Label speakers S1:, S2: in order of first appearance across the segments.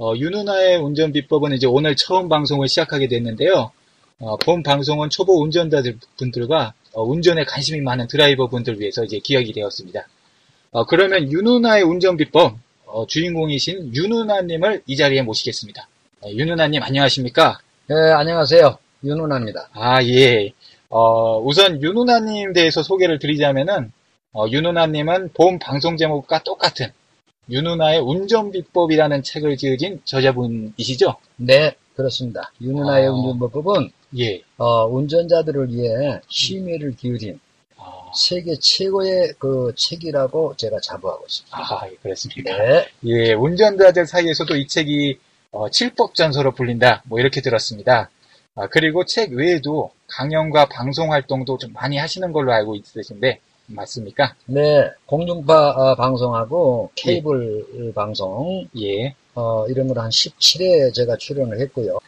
S1: 어, 유누나의 운전비법은 이제 오늘 처음 방송을 시작하게 됐는데요. 어, 본 방송은 초보 운전자들 분들과 어, 운전에 관심이 많은 드라이버 분들 위해서 이제 기획이 되었습니다. 어, 그러면 유누나의 운전비법 어, 주인공이신 유누나님을 이 자리에 모시겠습니다. 어, 유누나님 안녕하십니까?
S2: 예, 안녕하세요. 윤은아입니다.
S1: 아, 예. 어, 우선 윤누나님 대해서 소개를 드리자면은, 어, 윤누나님은 본 방송 제목과 똑같은 윤누나의 운전비법이라는 책을 지으신 저자분이시죠?
S2: 네, 그렇습니다. 윤은아의
S1: 아.
S2: 운전법은
S1: 예.
S2: 어, 운전자들을 위해 심의를 기울인
S1: 아,
S2: 세계 최고의 그 책이라고 제가 자부하고 있습니다.
S1: 아, 예, 그렇습니다.
S2: 네,
S1: 예, 운전자들 사이에서도 이 책이 어, 칠법전서로 불린다, 뭐 이렇게 들었습니다. 아, 그리고 책 외에도 강연과 방송 활동도 좀 많이 하시는 걸로 알고 있으신데, 맞습니까?
S2: 네, 공중파 아, 방송하고 케이블 방송
S1: 예.
S2: 어, 이런 걸 한 17회 제가 출연을 했고요.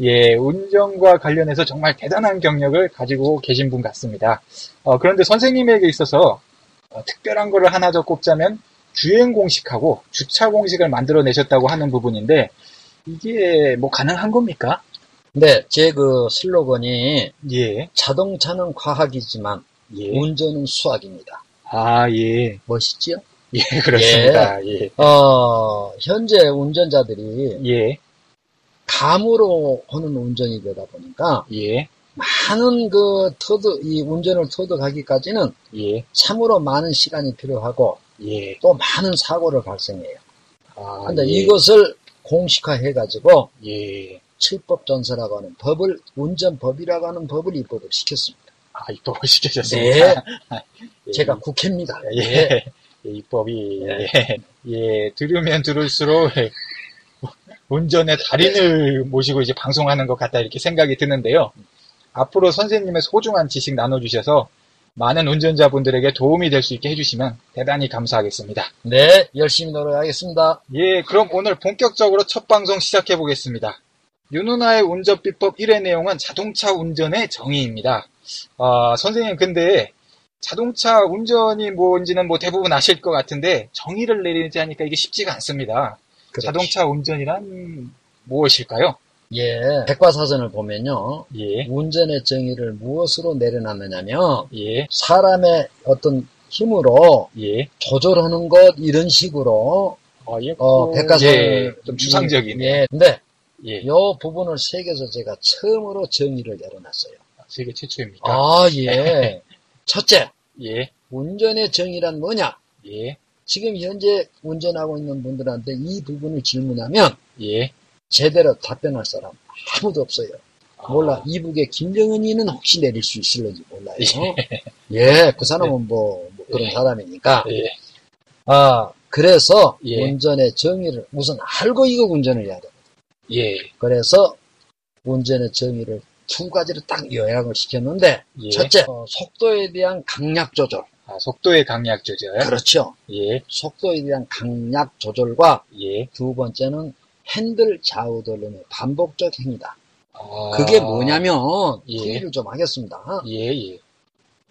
S1: 예, 운전과 관련해서 정말 대단한 경력을 가지고 계신 분 같습니다. 어, 그런데 선생님에게 있어서 어, 특별한 거를 하나 더 꼽자면 주행 공식하고 주차 공식을 만들어내셨다고 하는 부분인데 이게 뭐 가능한 겁니까?
S2: 네, 제 그 슬로건이
S1: 예,
S2: 자동차는 과학이지만
S1: 예,
S2: 운전은 수학입니다.
S1: 아 예,
S2: 멋있지요?
S1: 예 그렇습니다. 예,
S2: 어, 현재 운전자들이
S1: 예,
S2: 감으로 하는 운전이 되다 보니까
S1: 예,
S2: 많은 그 터득, 이 운전을 터득하기까지는
S1: 예,
S2: 참으로 많은 시간이 필요하고
S1: 예.
S2: 또 많은 사고를 발생해요.
S1: 아,
S2: 근데
S1: 예,
S2: 이것을 공식화해가지고
S1: 예,
S2: 칠법전서라고 하는 법을, 운전법이라고 하는 법을 입법을 시켰습니다.
S1: 아 입법을 시켜셨습니다.
S2: 네. 제가 국회입니다. 네.
S1: 예, 예, 입법이 예. 예, 들으면 들을수록 운전의 달인을 모시고 이제 방송하는 것 같다 이렇게 생각이 드는데요. 앞으로 선생님의 소중한 지식 나눠주셔서 많은 운전자분들에게 도움이 될 수 있게 해주시면 대단히 감사하겠습니다.
S2: 네, 열심히 노력하겠습니다.
S1: 예, 그럼 오늘 본격적으로 첫 방송 시작해 보겠습니다. 윤누나의 운전비법 1의 내용은 자동차 운전의 정의입니다. 아, 선생님, 근데 자동차 운전이 뭔지는 뭐 대부분 아실 것 같은데 정의를 내리지 하니까 이게 쉽지가 않습니다.
S2: 그렇지.
S1: 자동차 운전이란 무엇일까요?
S2: 예, 백과사전을 보면요.
S1: 예,
S2: 운전의 정의를 무엇으로 내려놨느냐면
S1: 예,
S2: 사람의 어떤 힘으로
S1: 예.
S2: 조절하는 것 이런 식으로
S1: 어, 예,
S2: 어, 백과사전을
S1: 예, 좀 추상적인. 예,
S2: 예, 근데
S1: 예.
S2: 요 부분을 새겨서 제가 처음으로 정의를 내려놨어요.
S1: 세계 최초입니까?
S2: 아,
S1: 네.
S2: 예. 첫째,
S1: 예,
S2: 운전의 정의란 뭐냐?
S1: 예,
S2: 지금 현재 운전하고 있는 분들한테 이 부분을 질문하면
S1: 예.
S2: 제대로 답변할 사람 아무도 없어요.
S1: 아,
S2: 몰라. 이북의 김정은이는 혹시 내릴 수 있을런지 몰라요.
S1: 예.
S2: 예, 그 사람은 뭐, 뭐 그런
S1: 예.
S2: 사람이니까.
S1: 예,
S2: 아, 그래서
S1: 예.
S2: 운전의 정의를 우선 알고 이거 운전을 해야 돼.
S1: 예,
S2: 그래서 운전의 정의를 두 가지로 딱 요약을 시켰는데
S1: 예.
S2: 첫째 어, 속도에 대한 강약 조절
S1: 아, 속도의 강약 조절.
S2: 그렇죠
S1: 예,
S2: 속도에 대한 강약 조절과
S1: 예.
S2: 두 번째는 핸들 좌우 돌림의 반복적 행위다
S1: 아,
S2: 그게 뭐냐면
S1: 예.
S2: 얘기를 좀 하겠습니다
S1: 예, 예,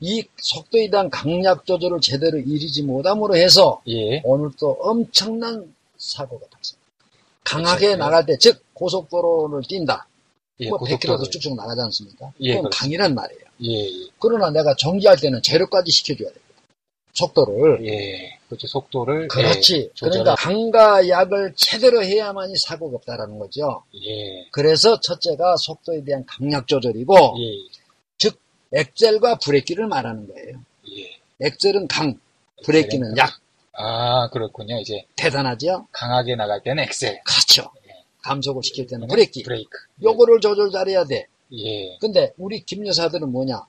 S2: 이 속도에 대한 강약 조절을 제대로 이루지 못함으로 해서
S1: 예,
S2: 오늘 또 엄청난 사고가 발생 강하게
S1: 그렇죠.
S2: 나갈 때 즉 고속도로를 뛴다
S1: 예,
S2: 뭐 100km도
S1: 고속도로.
S2: 쭉쭉 나가지 않습니까?
S1: 예,
S2: 그건
S1: 그렇습니다.
S2: 강이란 말이에요.
S1: 예, 예,
S2: 그러나 내가 정지할 때는 제로까지 시켜줘야 돼요. 속도를.
S1: 예. 그렇죠. 속도를.
S2: 그렇지.
S1: 조절을.
S2: 그러니까 강과 약을 제대로 해야만이 사고가 없다라는 거죠.
S1: 예, 예,
S2: 그래서 첫째가 속도에 대한 강약 조절이고
S1: 예,
S2: 엑셀과 브레이크를 말하는 거예요.
S1: 예.
S2: 예. 엑셀은 강, 브레이크는 약.
S1: 아, 그렇군요. 이제
S2: 대단하죠?
S1: 강하게 나갈 때는 엑셀,
S2: 그렇죠. 감속을 시킬 때는 음, 예. 브레이크.
S1: 브레이크.
S2: 요거를 조절 잘해야 돼.
S1: 예.
S2: 근데 우리 김여사들은 뭐냐?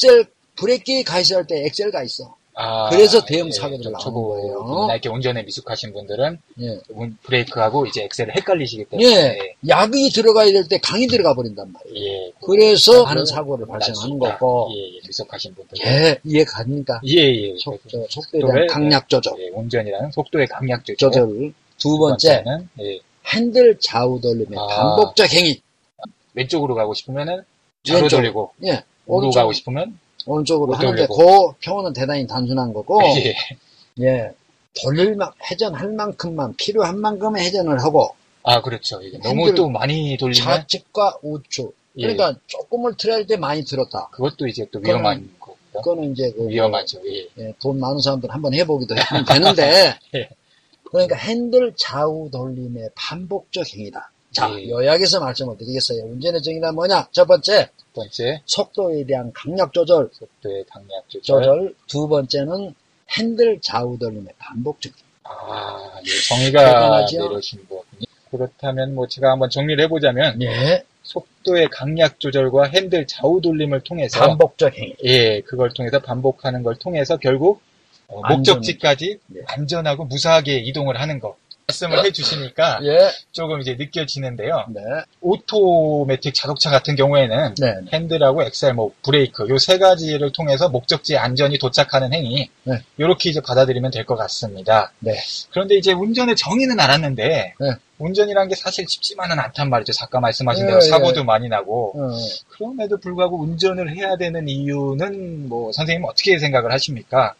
S2: 엑셀 브레이크 가 있어야 할 때 엑셀 가 있어.
S1: 아,
S2: 그래서 대형 사고들 나오는
S1: 초보
S2: 거예요.
S1: 분이나 이렇게 운전에 미숙하신 분들은
S2: 예.
S1: 운- 브레이크하고 이제 엑셀을 헷갈리시기 때문에
S2: 예. 약이 들어가야 될 때 강이 들어가 버린단 말이에요.
S1: 예.
S2: 그래서 많은
S1: 그걸
S2: 사고를
S1: 만날 수
S2: 발생하는
S1: 있다.
S2: 거고.
S1: 예, 예. 미숙하신 분들.
S2: 예, 이해 갑니까?
S1: 예, 예.
S2: 속,
S1: 그래서
S2: 저, 속도에 대한
S1: 속도를-
S2: 강약 조절.
S1: 예, 운전이라는 속도의 강약 조절.
S2: 조절. 두
S1: 두
S2: 번째,
S1: 번째는 예,
S2: 핸들 좌우 돌림의
S1: 아.
S2: 반복적 행위.
S1: 왼쪽으로 가고 싶으면은 좌로
S2: 왼쪽.
S1: 돌리고
S2: 예.
S1: 우로
S2: 오른쪽,
S1: 가고 싶으면
S2: 오른쪽으로
S1: 못
S2: 하는데, 그 표현은 대단히 단순한 거고,
S1: 예,
S2: 예. 돌릴 만, 회전할 만큼만, 필요한 만큼의 회전을 하고,
S1: 아 그렇죠. 이게 너무
S2: 핸들-
S1: 또 많이 돌리면
S2: 좌측과 우측.
S1: 예,
S2: 그러니까 조금을 틀어야 때 많이 들었다.
S1: 그것도 이제 또
S2: 그거는-
S1: 위험한 거고요.
S2: 그거는 이제 그
S1: 위험하죠. 예.
S2: 예, 돈 많은 사람들 은 한번 해보기도 하면 되는데,
S1: 예.
S2: 그러니까 핸들 좌우 돌림의 반복적 행위다. 자,
S1: 예.
S2: 요약해서 말씀을 드리겠어요. 운전의 정의란 뭐냐? 첫 번째,
S1: 첫 번째
S2: 속도에 대한 강력 조절,
S1: 속도의 강약 조절.
S2: 조절. 두 번째는 핸들 좌우 돌림의 반복적 행위.
S1: 아, 예, 정의가
S2: 대단하죠?
S1: 내려진 거군요. 그렇다면 뭐 제가 한번 정리를 해보자면
S2: 예,
S1: 속도의 강약 조절과 핸들 좌우 돌림을 통해서
S2: 반복적 행위.
S1: 예, 그걸 통해서 반복하는 걸 통해서 결국 어,
S2: 안전.
S1: 목적지까지
S2: 네. 어?
S1: 안전하고 무사하게 이동을 하는 거 말씀을 해주시니까
S2: 예,
S1: 조금 이제 느껴지는데요.
S2: 네,
S1: 오토매틱 자동차 같은 경우에는
S2: 네, 네.
S1: 핸들하고 엑셀, 뭐 브레이크 요 세 가지를 통해서 목적지에 안전히 도착하는 행위
S2: 네.
S1: 이렇게 이제 받아들이면 될 것 같습니다.
S2: 네.
S1: 그런데 이제 운전의 정의는 알았는데
S2: 네.
S1: 운전이란 게 사실 쉽지만은 않단 말이죠. 아까 말씀하신
S2: 예,
S1: 대로
S2: 예.
S1: 사고도 많이 나고
S2: 어,
S1: 그럼에도 불구하고 운전을 해야 되는 이유는 뭐 선생님 어떻게 생각을 하십니까?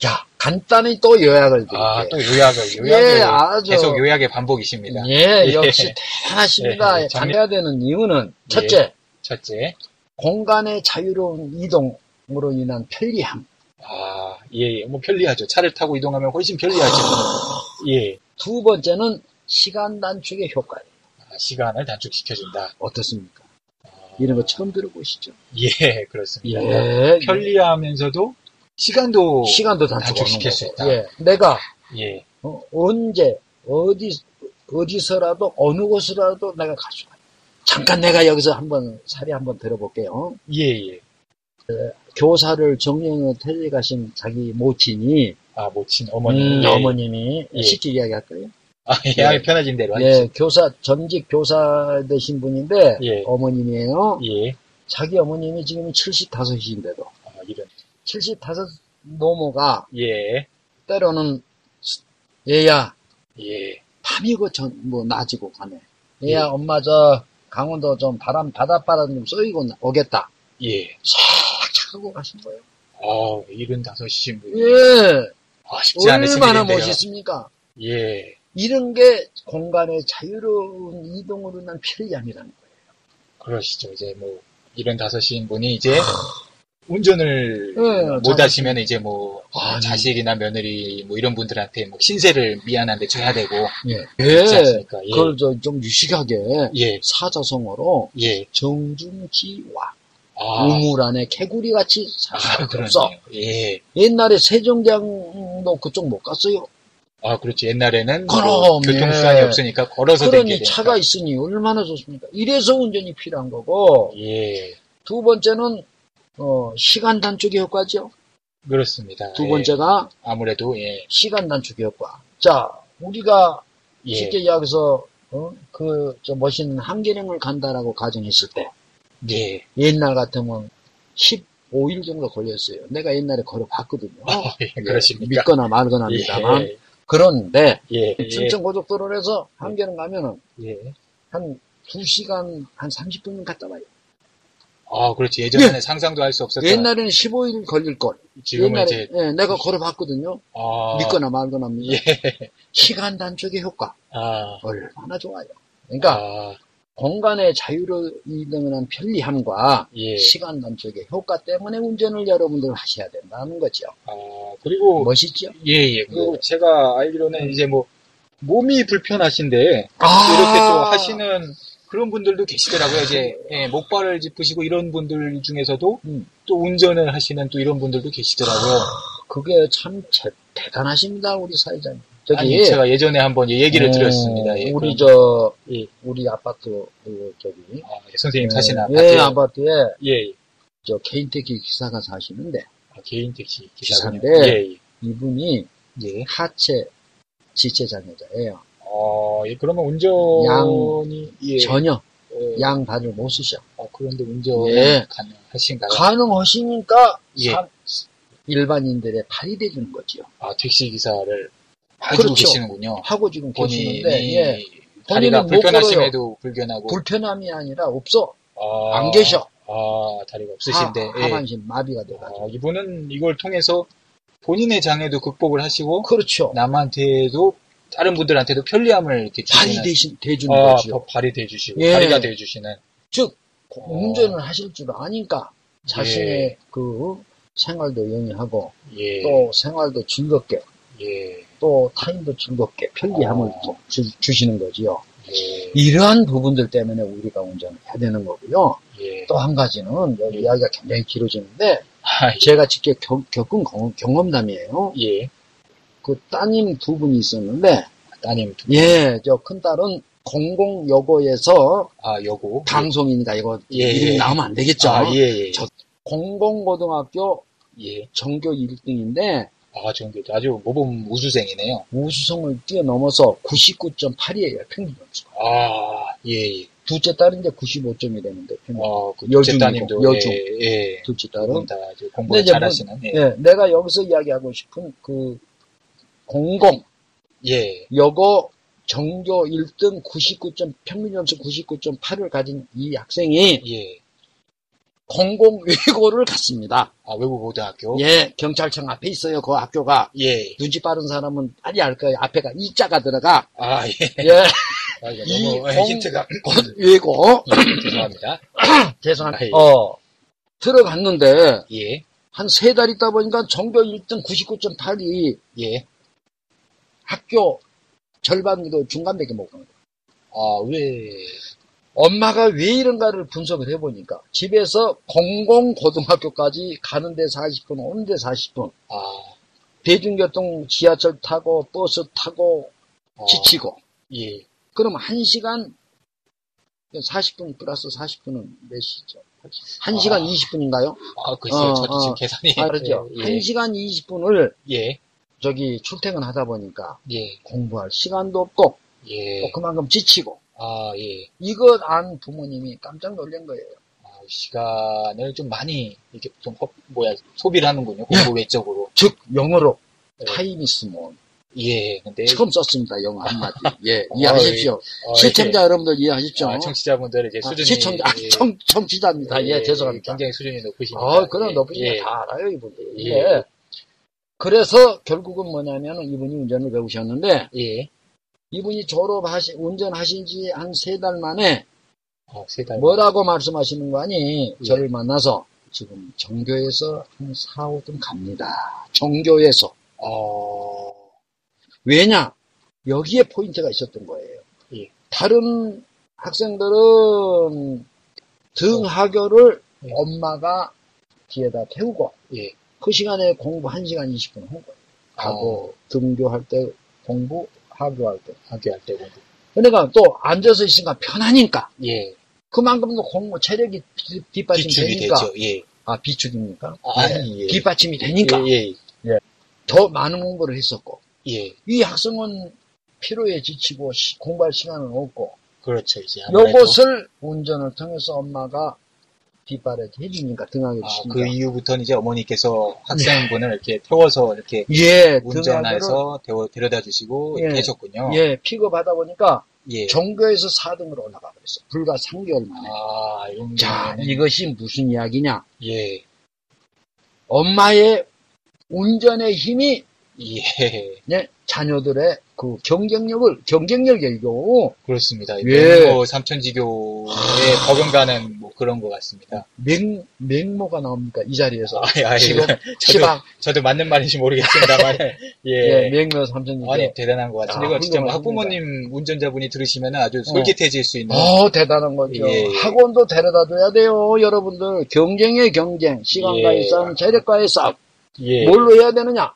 S2: 자, 간단히 또 요약을 드릴게요.
S1: 아 또 요약을 요약을
S2: 예, 아주.
S1: 계속 요약의 반복이십니다.
S2: 예,
S1: 예.
S2: 역시 대단하십니다.
S1: 예, 예.
S2: 잘해야 되는 이유는, 첫째,
S1: 첫째,
S2: 공간의 자유로운 이동으로 인한 편리함.
S1: 아 예, 예. 뭐 편리하죠. 차를 타고 이동하면 훨씬 편리하죠. 예,
S2: 두 번째는 시간 단축의 효과.
S1: 아, 시간을 단축시켜준다.
S2: 어떻습니까? 이런 거 처음 들어보시죠?
S1: 예, 그렇습니다.
S2: 예.
S1: 편리하면서도 시간도
S2: 시간도 단축하는
S1: 단축시킬 수
S2: 거고.
S1: 있다.
S2: 예. 내가
S1: 예,
S2: 어, 언제 어디 어디서라도 어느 곳이라도 내가 갈 수가. 있다. 잠깐 내가 여기서 한번 사례 한번 들어볼게요.
S1: 예, 예.
S2: 교사를 정령에 퇴직하신 자기 모친이
S1: 아 모친 어머니,
S2: 음,
S1: 예.
S2: 어머님이
S1: 예.
S2: 쉽게 이야기할까요?
S1: 아, 예, 아니, 편하신 대로 하십시오.
S2: 예, 교사, 전직 교사 되신 분인데,
S1: 예.
S2: 어머님이에요.
S1: 예,
S2: 자기 어머님이 지금 75이신데도,
S1: 아, 이런,
S2: 75 노모가
S1: 예,
S2: 때로는, 얘야,
S1: 예,
S2: 밤이고 전, 뭐, 낮이고 가네. 얘야,
S1: 예.
S2: 엄마 저, 강원도 좀 바람, 바닷바람 좀 쏘이고 나- 오겠다.
S1: 예.
S2: 착 하고 가신 거예요.
S1: 아, 이른 다섯이신 분.
S2: 예,
S1: 아, 쉽지 않으신
S2: 얼마나
S1: 분인데요.
S2: 멋있습니까?
S1: 예.
S2: 이런 게 공간의 자유로운 이동으로 인한 편리함이라는 거예요.
S1: 그러시죠. 이제 뭐, 이런 다섯인 분이 이제, 운전을
S2: 아. 예,
S1: 못
S2: 자- 음.
S1: 하시면 이제 뭐, 아,
S2: 아니.
S1: 자식이나 며느리, 뭐 이런 분들한테 뭐, 신세를 미안한데 줘야 되고,
S2: 예.
S1: 그렇지 않습니까? 예.
S2: 그걸 저, 좀 유식하게
S1: 예,
S2: 사자성어로
S1: 예.
S2: 정중지와
S1: 아,
S2: 우물 안에 개구리 같이 살
S1: 아,
S2: 수밖에
S1: 그러네요.
S2: 없어.
S1: 예.
S2: 옛날에 세종대왕도 그쪽 못 갔어요.
S1: 아, 그렇지. 옛날에는 뭐
S2: 그럼,
S1: 교통수단이
S2: 예.
S1: 없으니까 걸어서
S2: 그러니
S1: 댕기니까.
S2: 차가 있으니 얼마나 좋습니까? 이래서 운전이 필요한 거고
S1: 예,
S2: 두 번째는 어, 시간 단축의 효과죠.
S1: 그렇습니다.
S2: 두
S1: 예.
S2: 번째가
S1: 아무래도 예,
S2: 시간 단축의 효과. 자, 우리가
S1: 예,
S2: 쉽게 이야기해서 어? 그저 멋있는 한계령을 간다라고 가정했을 때
S1: 예.
S2: 옛날 같으면 15일 정도 걸렸어요. 내가 옛날에 걸어봤거든요.
S1: 아, 예, 그러십니까?
S2: 믿거나 말거나 합니다만
S1: 예,
S2: 그런데
S1: 예, 예,
S2: 충청고속도로에서 한계는 가면은
S1: 예.
S2: 한 2시간 한 30분은 갔다 와요.
S1: 아, 그렇지. 예전에는 상상도 할 수 없었던.
S2: 옛날에는 15일 걸릴 걸.
S1: 지금은
S2: 옛날에
S1: 이제
S2: 예, 내가 걸어봤거든요.
S1: 아, 예.
S2: 믿거나 말거나 합니다. 시간 단축의 효과
S1: 아,
S2: 얼마나 좋아요. 그러니까
S1: 아,
S2: 공간의 자유로 이동하는 편리함과
S1: 예.
S2: 시간 단축의 효과 때문에 운전을 여러분들 하셔야 된다는 거죠.
S1: 아, 그리고
S2: 멋있죠?
S1: 예, 예. 그리고 제가 알기로는 이제 뭐 몸이 불편하신데 이렇게 또
S2: 아.
S1: 하시는 그런 분들도 계시더라고요. 이제 예, 목발을 짚으시고 이런 분들 중에서도
S2: 음. 아,
S1: 또 운전을 하시는 또 이런 분들도 계시더라고요.
S2: 그게 참 제- 대단하십니다, 우리 사회자님. 저기,
S1: 아니, 제가 예전에 한번 얘기를
S2: 어,
S1: 드렸습니다. 예,
S2: 우리
S1: 그럼,
S2: 저,
S1: 예.
S2: 우리 아파트, 그 저기.
S1: 아, 예, 선생님 사시는
S2: 예, 예,
S1: 아파트
S2: 아파트에
S1: 예, 예.
S2: 저 개인 택시 기사가 사시는데,
S1: 아, 개인 택시 기사군요.
S2: 기사인데
S1: 예,
S2: 이분이
S1: 예. 예.
S2: 하체 지체 장애자예요.
S1: 어, 예, 그러면 운전이 예.
S2: 전혀
S1: 어,
S2: 양 발을 못 쓰셔.
S1: 어, 그런데 운전
S2: 예.
S1: 가능하신가요?
S2: 가능하시니까
S1: 예.
S2: 사- 일반인들의 발이 돼주는 거지요.
S1: 아, 택시 기사를 하고
S2: 그렇죠.
S1: 계시는군요.
S2: 하고 지금
S1: 본인이
S2: 계시는데 예.
S1: 다리가
S2: 본인은 못
S1: 불편하심에도 불견하고
S2: 불편함이 아니라 없어.
S1: 아,
S2: 안 계셔.
S1: 아, 다리가 없으신데
S2: 하,
S1: 예.
S2: 하반신 마비가 돼가지고.
S1: 아, 이분은 이걸 통해서 본인의 장애도 극복을 하시고
S2: 그렇죠.
S1: 남한테도 다른 분들한테도 편리함을 이렇게
S2: 발이
S1: 주시는-
S2: 대신 대주는
S1: 아,
S2: 거지요.
S1: 더 발이 돼주시고
S2: 예.
S1: 다리가 돼주시는
S2: 즉
S1: 어.
S2: 운전을 하실 줄 아니까 자신의
S1: 예.
S2: 그 생활도 영위하고
S1: 예,
S2: 또 생활도 즐겁게
S1: 예,
S2: 또 타임도 즐겁게 편리함을
S1: 아.
S2: 또 주, 주시는 거지요.
S1: 예,
S2: 이러한 부분들 때문에 우리가 운전을 해야 되는 거고요.
S1: 예.
S2: 또 한 가지는 여기
S1: 예.
S2: 이야기가 굉장히 길어지는데
S1: 아, 예.
S2: 제가 직접 겪, 겪은 경- 경험담이에요.
S1: 예,
S2: 그 따님 두 분이 있었는데
S1: 따님, 두-
S2: 예, 저 큰딸은 공공여고에서
S1: 아, 여고.
S2: 방송인이다 이거
S1: 예,
S2: 이름
S1: 예.
S2: 나오면 안 되겠죠.
S1: 아, 예, 예.
S2: 저- 공공고등학교
S1: 예.
S2: 전교 1등인데
S1: 아, 정교 아주 모범 우수생이네요.
S2: 우수성을 뛰어넘어서 99.8이에요 평균 점수가.
S1: 아, 예, 예.
S2: 둘째 딸은 이제 95점이 되는데 평균.
S1: 어, 그,
S2: 여중이고,
S1: 제 따님도,
S2: 여중.
S1: 예, 예.
S2: 둘째
S1: 두분
S2: 딸은
S1: 다 아주 공부를
S2: 음. 근데 이제
S1: 잘하시는, 예.
S2: 예, 내가 여기서 이야기하고 싶은 그 공공 네.
S1: 예.
S2: 여고 전교 1등 99점 평균 점수 99.8을 가진 이 학생이
S1: 예.
S2: 공공 외고를 갔습니다.
S1: 아, 외국 고등학교?
S2: 예, 경찰청 앞에 있어요. 그 학교가
S1: 예.
S2: 눈치 빠른 사람은 빨리 알 거예요. 앞에가 이자가 들어가.
S1: 아, 예.
S2: 예,
S1: 아, 이거
S2: 이
S1: 너무
S2: 공-
S1: 힌트가.
S2: 외고
S1: 예, 죄송합니다.
S2: 죄송합니다.
S1: 아, 예.
S2: 어, 들어갔는데
S1: 예,
S2: 한 세 달 있다 보니까 전교 1등 99.8이
S1: 예.
S2: 학교 절반도 중간밖에 못 가는 거예요.
S1: 아, 왜,
S2: 엄마가 왜 이런가를 분석을 해보니까 집에서 공공고등학교까지 가는데 40분, 오는데 40분,
S1: 아,
S2: 대중교통 지하철 타고 버스 타고
S1: 아,
S2: 지치고
S1: 예.
S2: 그럼 1시간 40분 플러스 40분은 몇 시죠? 1시간
S1: 아.
S2: 20분인가요?
S1: 아, 글쎄요.
S2: 어,
S1: 저도 지금
S2: 어.
S1: 계산이.
S2: 알죠?
S1: 예,
S2: 1시간 20분을
S1: 예,
S2: 저기 출퇴근하다 보니까
S1: 예,
S2: 공부할 시간도 없고
S1: 예.
S2: 또 어, 그만큼 지치고
S1: 아, 예.
S2: 이것 안 부모님이 깜짝 놀란 거예요.
S1: 아, 시간을 좀 많이 이렇게 좀 허- 뭐야 소비를 하는군요
S2: 예.
S1: 공부 외적으로
S2: 즉 영어로
S1: 네.
S2: 타이미스몬
S1: 예 근데
S2: 처음 썼습니다 영어 한마디 예
S1: 어,
S2: 이해하십시오
S1: 어,
S2: 시청자
S1: 이게-
S2: 여러분들 이해하십시오
S1: 아, 청취자분들 이제 수준이
S2: 시청자 아,
S1: 예,
S2: 청, 청취자입니다 예, 죄송합니다
S1: 굉장히 수준이 높으시니까
S2: 어, 그런
S1: 예,
S2: 높은 예.
S1: 예,
S2: 다 알아요, 이분들.
S1: 예.
S2: 예. 그래서 결국은 뭐냐면 이분이 운전을 배우셨는데
S1: 예.
S2: 이분이 졸업하시 운전하신 지 한 세 달 만에
S1: 어, 세달
S2: 뭐라고 말씀하시는 거 아니
S1: 예.
S2: 저를 만나서 지금 정교에서 한 4, 5등 갑니다. 정교에서
S1: 어
S2: 왜냐 여기에 포인트가 있었던 거예요.
S1: 예.
S2: 다른 학생들은 등하교를
S1: 어. 예.
S2: 엄마가 뒤에다 태우고
S1: 예. 어.
S2: 그 시간에 공부 1시간 20분 한 거예요. 가고 등교할 때 공부, 하교할 때.
S1: 학교할 때 공부
S2: 그러니까 또 앉아서 있으니까 편하니까
S1: 예
S2: 그만큼도 공부 체력이 비- 뒷받침이
S1: 기축이
S2: 되니까
S1: 되죠 예
S2: 아 비축입니까?
S1: 아니 예.
S2: 뒷받침이 되니까
S1: 예,
S2: 더 많은 공부를 했었고
S1: 예, 예.
S2: 이 학생은 피로에 지치고 시- 공부할 시간은 없고
S1: 그렇죠 이제 아무래도.
S2: 요것을 운전을 통해서 엄마가 뒷바라지 해주니까 등하게
S1: 아,
S2: 주니까
S1: 그 이후부터는 이제 어머니께서 학생분을 이렇게 태워서 이렇게
S2: 예 네. 등하교를
S1: 운전해서 데워- 데려다 주시고
S2: 예.
S1: 이렇게 하셨군요
S2: 예 픽업하다 보니까
S1: 예.
S2: 종교에서 4등으로 올라가 버렸어 불과 3개월 만에
S1: 아, 이런
S2: 자
S1: 거는-
S2: 이것이 무슨 이야기냐
S1: 예,
S2: 엄마의 운전의 힘이
S1: 예,
S2: 예, 자녀들의 그 경쟁력을 경쟁력이고
S1: 그렇습니다.
S2: 예. 아.
S1: 예. 뭐 삼천지교에 버금가는 뭐 그런 것 같습니다.
S2: 맹 맹모가 나옵니까 이 자리에서
S1: 아, 예, 아, 예.
S2: 지금
S1: 저도,
S2: 시방
S1: 저도 맞는 말인지 모르겠습니다만, 예.
S2: 예, 맹모 삼촌이죠.
S1: 아니, 대단한 것 같은데,
S2: 아,
S1: 이거 진짜 뭐
S2: 훌륭하십니다. 네.
S1: 학부모님 운전자분이 들으시면 아주 솔깃해질 수 있는.
S2: 어 대단한 거죠.
S1: 예, 예.
S2: 학원도 데려다 줘야 돼요, 여러분들. 경쟁의 경쟁, 시간과의
S1: 예.
S2: 싸움, 재력과의 싸움.
S1: 예.
S2: 뭘로 해야 되느냐?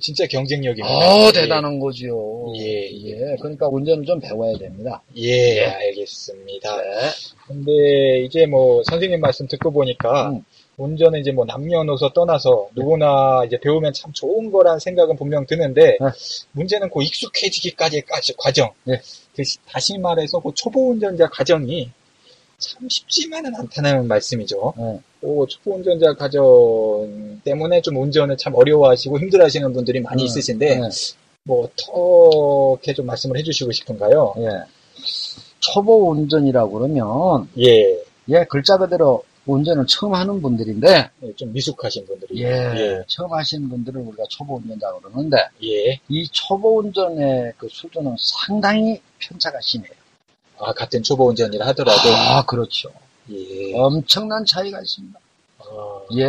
S1: 진짜 경쟁력입니다.
S2: 어,
S1: 예.
S2: 대단한 거지요.
S1: 예, 예.
S2: 예, 그러니까 운전을 좀 배워야 됩니다.
S1: 예,
S2: 네.
S1: 알겠습니다. 근데 이제 뭐 선생님 말씀 듣고 보니까
S2: 음.
S1: 운전은 이제 뭐 남녀노소 떠나서 누구나 이제 배우면 참 좋은 거란 생각은 분명 드는데
S2: 네.
S1: 문제는 그 익숙해지기까지의 까- 과정.
S2: 네.
S1: 그 시- 다시 말해서 그 초보 운전자 과정이 참 쉽지만은 않다는 말씀이죠.
S2: 네.
S1: 그 초보 운전자 과정 때문에 좀 운전을 참 어려워하시고 힘들어하시는 분들이 많이
S2: 음.
S1: 있으신데
S2: 네.
S1: 뭐 어떻게 좀 말씀을 해주시고 싶은가요?
S2: 예. 초보 운전이라고 그러면,
S1: 예.
S2: 예, 글자 그대로 운전을 처음 하는 분들인데,
S1: 예, 좀 미숙하신 분들이
S2: 예, 처음 하시는 분들을 우리가 초보 운전자고 그러는데,
S1: 예, 예.
S2: 이 초보 운전의 그 수준은 상당히 편차가 심해요.
S1: 아 같은 초보 운전이라 하더라도
S2: 아, 그렇죠.
S1: 예,
S2: 엄청난 차이가 있습니다.
S1: 아,
S2: 예.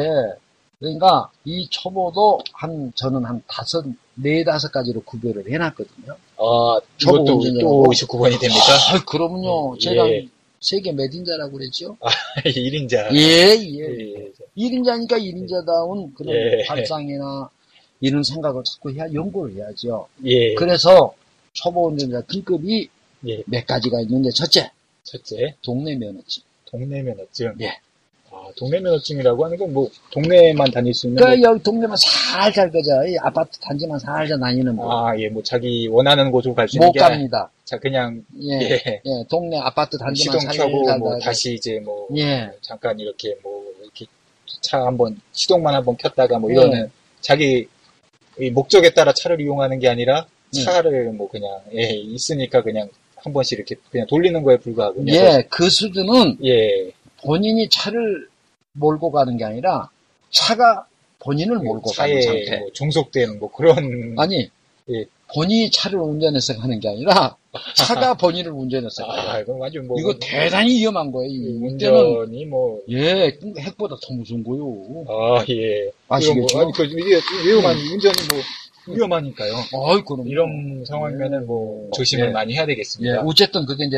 S2: 그러니까 이 초보도 한 저는 한 다섯 네 다섯 가지로 구별을 해놨거든요.
S1: 아
S2: 초보
S1: 이것도
S2: 운전이라고?
S1: 또 59번이 됩니까?
S2: 아, 그럼요.
S1: 예.
S2: 제가 세계 매딘자라고 그랬죠.
S1: 1인자
S2: 예, 예.
S1: 예,
S2: 일인자니까일인자다운 그런
S1: 예.
S2: 발상이나 이런 생각을 자꾸 해야 연구를 해야죠.
S1: 예.
S2: 그래서 초보 운전자 등급이
S1: 예.
S2: 몇 가지가 있는데 첫째
S1: 첫째
S2: 동네 면허증.
S1: 음. 동네 면허증
S2: 예.
S1: 아 동네 면허증이라고 하는 건 뭐 동네에만 다닐 수 있는
S2: 그러니까 여기 동네만 살살 그저 이 아파트 단지만 살살 다니는 분.
S1: 아예뭐 자기 원하는 곳으로 갈 수 있는
S2: 못
S1: 게 아니-
S2: 갑니다.
S1: 자 그냥
S2: 예.
S1: 예
S2: 예, 동네 아파트 단지만
S1: 시동 켜고 뭐
S2: 살살살살.
S1: 다시 이제 뭐
S2: 예,
S1: 잠깐 이렇게 뭐 이렇게 차 한번 시동만 한번 켰다가 뭐 이러는
S2: 네.
S1: 자기 이 목적에 따라 차를 이용하는 게 아니라
S2: 네.
S1: 차를 뭐 그냥 예 있으니까 그냥 한 번씩 이렇게 그냥 돌리는 거에 불과하군요.
S2: 예, 그 수준은
S1: 예.
S2: 본인이 차를 몰고 가는 게 아니라 차가 본인을 몰고
S1: 뭐 차에
S2: 가는 뭐 상태.
S1: 뭐 종속된 뭐 그런
S2: 아니,
S1: 예.
S2: 본인이 차를 운전해서 가는 게 아니라 차가 본인을 운전해서 가요.
S1: 아 이거 완전 뭐
S2: 이거 대단히 위험한 거예요. 이 운전은
S1: 운전이 뭐
S2: 예, 핵보다 더 무서운 거요.
S1: 아, 예.
S2: 아시겠죠? 네.
S1: 이런 뭐, 아니, 그, 이게, 위험한, 운전이 뭐, 위험하니까요.
S2: 어이, 그럼
S1: 이런 상황이면은 뭐, 조심을
S2: 예.
S1: 많이 해야
S2: 예,
S1: 되겠습니다.
S2: 어쨌든 그게 이제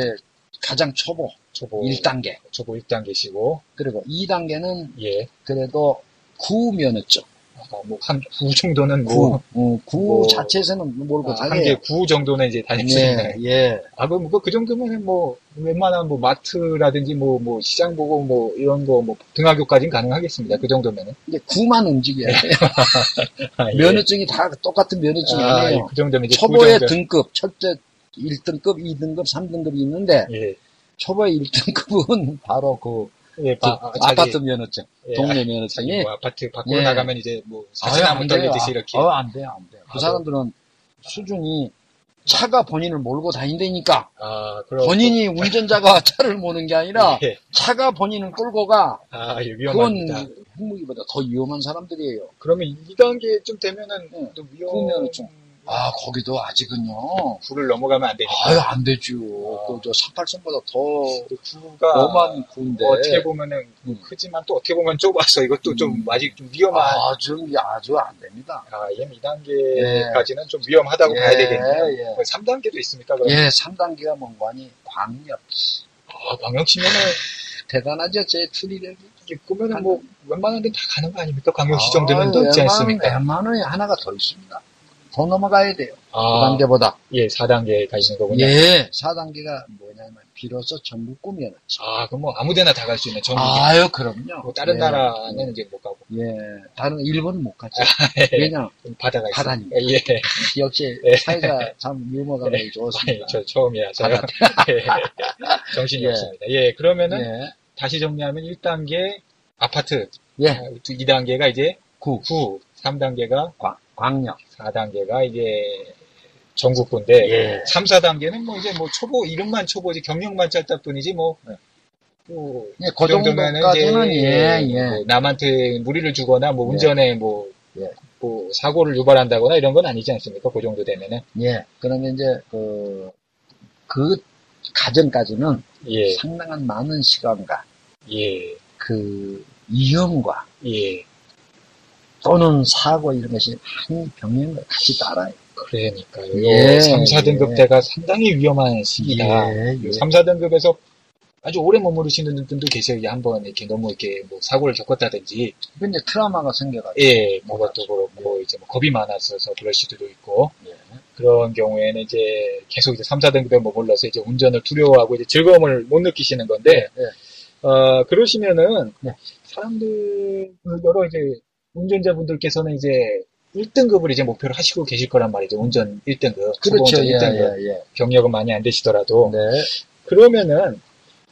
S2: 가장 초보
S1: 초보,
S2: 일 1단계.
S1: 초보 1단계시고,
S2: 그리고 2단계는
S1: 예.
S2: 그래도 구면허증.
S1: 아, 뭐, 한 9 정도는
S2: 구,
S1: 뭐,
S2: 어, 구
S1: 뭐,
S2: 자체에서는 모르고
S1: 아,
S2: 다
S1: 한개 9 정도는 이제 다닐 수
S2: 예,
S1: 있는.
S2: 예,
S1: 아, 그럼 뭐, 그 정도면 뭐, 웬만한 뭐, 마트라든지 뭐, 뭐, 시장 보고 뭐, 이런 거, 뭐, 등하교까지는 가능하겠습니다. 그 정도면은.
S2: 이제 구만 움직여야 돼.
S1: 아, 예.
S2: 면허증이 다 똑같은 면허증이
S1: 아, 예,
S2: 아니에요.
S1: 그 정도면 이제 9
S2: 초보의
S1: 정도.
S2: 등급, 첫째 1등급, 2등급, 3등급이 있는데,
S1: 예.
S2: 초보의 1등급은 바로 그,
S1: 예, 바,
S2: 그
S1: 자기-
S2: 아파트 면허증,
S1: 예, 아,
S2: 동네
S1: 자기
S2: 면허증이.
S1: 뭐 아파트 밖으로
S2: 예.
S1: 나가면 이제 뭐,
S2: 아유,
S1: 사진나무
S2: 안 돼요.
S1: 떨리듯이 이렇게.
S2: 아, 어, 안 돼요, 안 돼요. 그
S1: 아,
S2: 사람들은 수준이 차가 본인을 몰고 다닌다니까,
S1: 아, 그럼.
S2: 본인이 운전자가 차를 모는 게 아니라,
S1: 예.
S2: 차가 본인을 끌고 가,
S1: 아, 예,
S2: 그건
S1: 위험합니다.
S2: 핵무기보다 더 위험한 사람들이에요.
S1: 그러면 2단계쯤 되면은
S2: 예.
S1: 또
S2: 그러면은
S1: 위험.
S2: 좀- 아, 거기도 아직은요.
S1: 구를 넘어가면 안 되니까.
S2: 아유, 안 되죠.
S1: 아.
S2: 그, 저, 38선보다 더,
S1: 구가 뭐
S2: 엄한 군데.
S1: 어떻게 보면은
S2: 음.
S1: 크지만 또 어떻게 보면 좁아서 이것도 좀
S2: 음.
S1: 아직 좀 위험한
S2: 아, 저기 아주 안 됩니다.
S1: 아, 얘 2단계까지는 좀 위험하다고
S2: 예,
S1: 봐야 되겠네요.
S2: 예.
S1: 3단계도 있습니까? 그럼?
S2: 예, 3단계가 뭔가니, 광역.
S1: 아, 광역시면은
S2: 대단하죠, 제 추리력이.
S1: 이게 보면은 뭐 웬만한 데는 다 가는 거 아닙니까? 광역시 정도는
S2: 아유, 예,
S1: 또그 있지
S2: 웬만한-
S1: 않습니까?
S2: 웬만한 하나가 더 있습니다. 더 넘어가야 돼요.
S1: 아,
S2: 2단계보다.
S1: 예, 4단계 가시는 거군요.
S2: 예, 4단계가 뭐냐면, 비로소 전국 꿈이었죠.
S1: 아, 그럼 뭐 아무 데나 다 갈 수 있는 전국이.
S2: 아유, 그럼요.
S1: 뭐 다른
S2: 예,
S1: 나라는 이제 못 가고
S2: 예, 다른 일본은 못 가죠. 왜냐,
S1: 좀 바다가 있어요.
S2: 바다니까.
S1: 예,
S2: 역시 사회가 참 유머감이 좋습니다.
S1: 예, 저 처음이라서
S2: 바다.
S1: 예. 정신이
S2: 예.
S1: 없습니다. 예, 그러면은
S2: 예,
S1: 다시 정리하면 1단계 아파트,
S2: 예,
S1: 2단계가 이제
S2: 구.
S1: 9, 3단계가
S2: 광, 광역.
S1: 4단계가 이제 전국군데
S2: 예.
S1: 3, 4단계는 뭐 이제 뭐 초보 이름만 초보지 경력만 짧다 뿐이지 뭐,
S2: 네.
S1: 뭐,
S2: 예, 그 정도까지는 예, 예.
S1: 뭐 남한테 무리를 주거나 뭐
S2: 예.
S1: 운전에 뭐,
S2: 예.
S1: 뭐 사고를 유발한다거나 이런 건 아니지 않습니까? 그 정도 되면은
S2: 예. 그러면 이제 그, 그 가정까지는
S1: 예,
S2: 상당한 많은 시간과
S1: 예,
S2: 그 위험과
S1: 예.
S2: 또는 사고 이런 것이 한 병행과 같이 따라요.
S1: 그러니까요.
S2: 예,
S1: 3,
S2: 예.
S1: 4등급 대가 상당히 위험한 시기다.
S2: 예, 예.
S1: 3, 4등급에서 아주 오래 머무르시는 분들도 계세요. 이게 한번 이렇게 너무 이렇게 뭐 사고를 겪었다든지,
S2: 이건 이제 트라우마가 생겨가지고.
S1: 예, 뭐가 또 그렇고, 이제 뭐 겁이 많았어서 그럴 수도 있고,
S2: 예.
S1: 그런 경우에는 이제 계속 이제 3, 4등급에 머물러서 이제 운전을 두려워하고 이제 즐거움을 못 느끼시는 건데,
S2: 네.
S1: 어, 그러시면은,
S2: 네.
S1: 사람들, 그 여러 이제 운전자분들께서는 이제 1등급을 이제 목표로 하시고 계실 거란 말이죠. 운전 1등급.
S2: 그렇죠. 예,
S1: 1등급.
S2: 예, 예.
S1: 경력은 많이 안 되시더라도.
S2: 네.
S1: 그러면은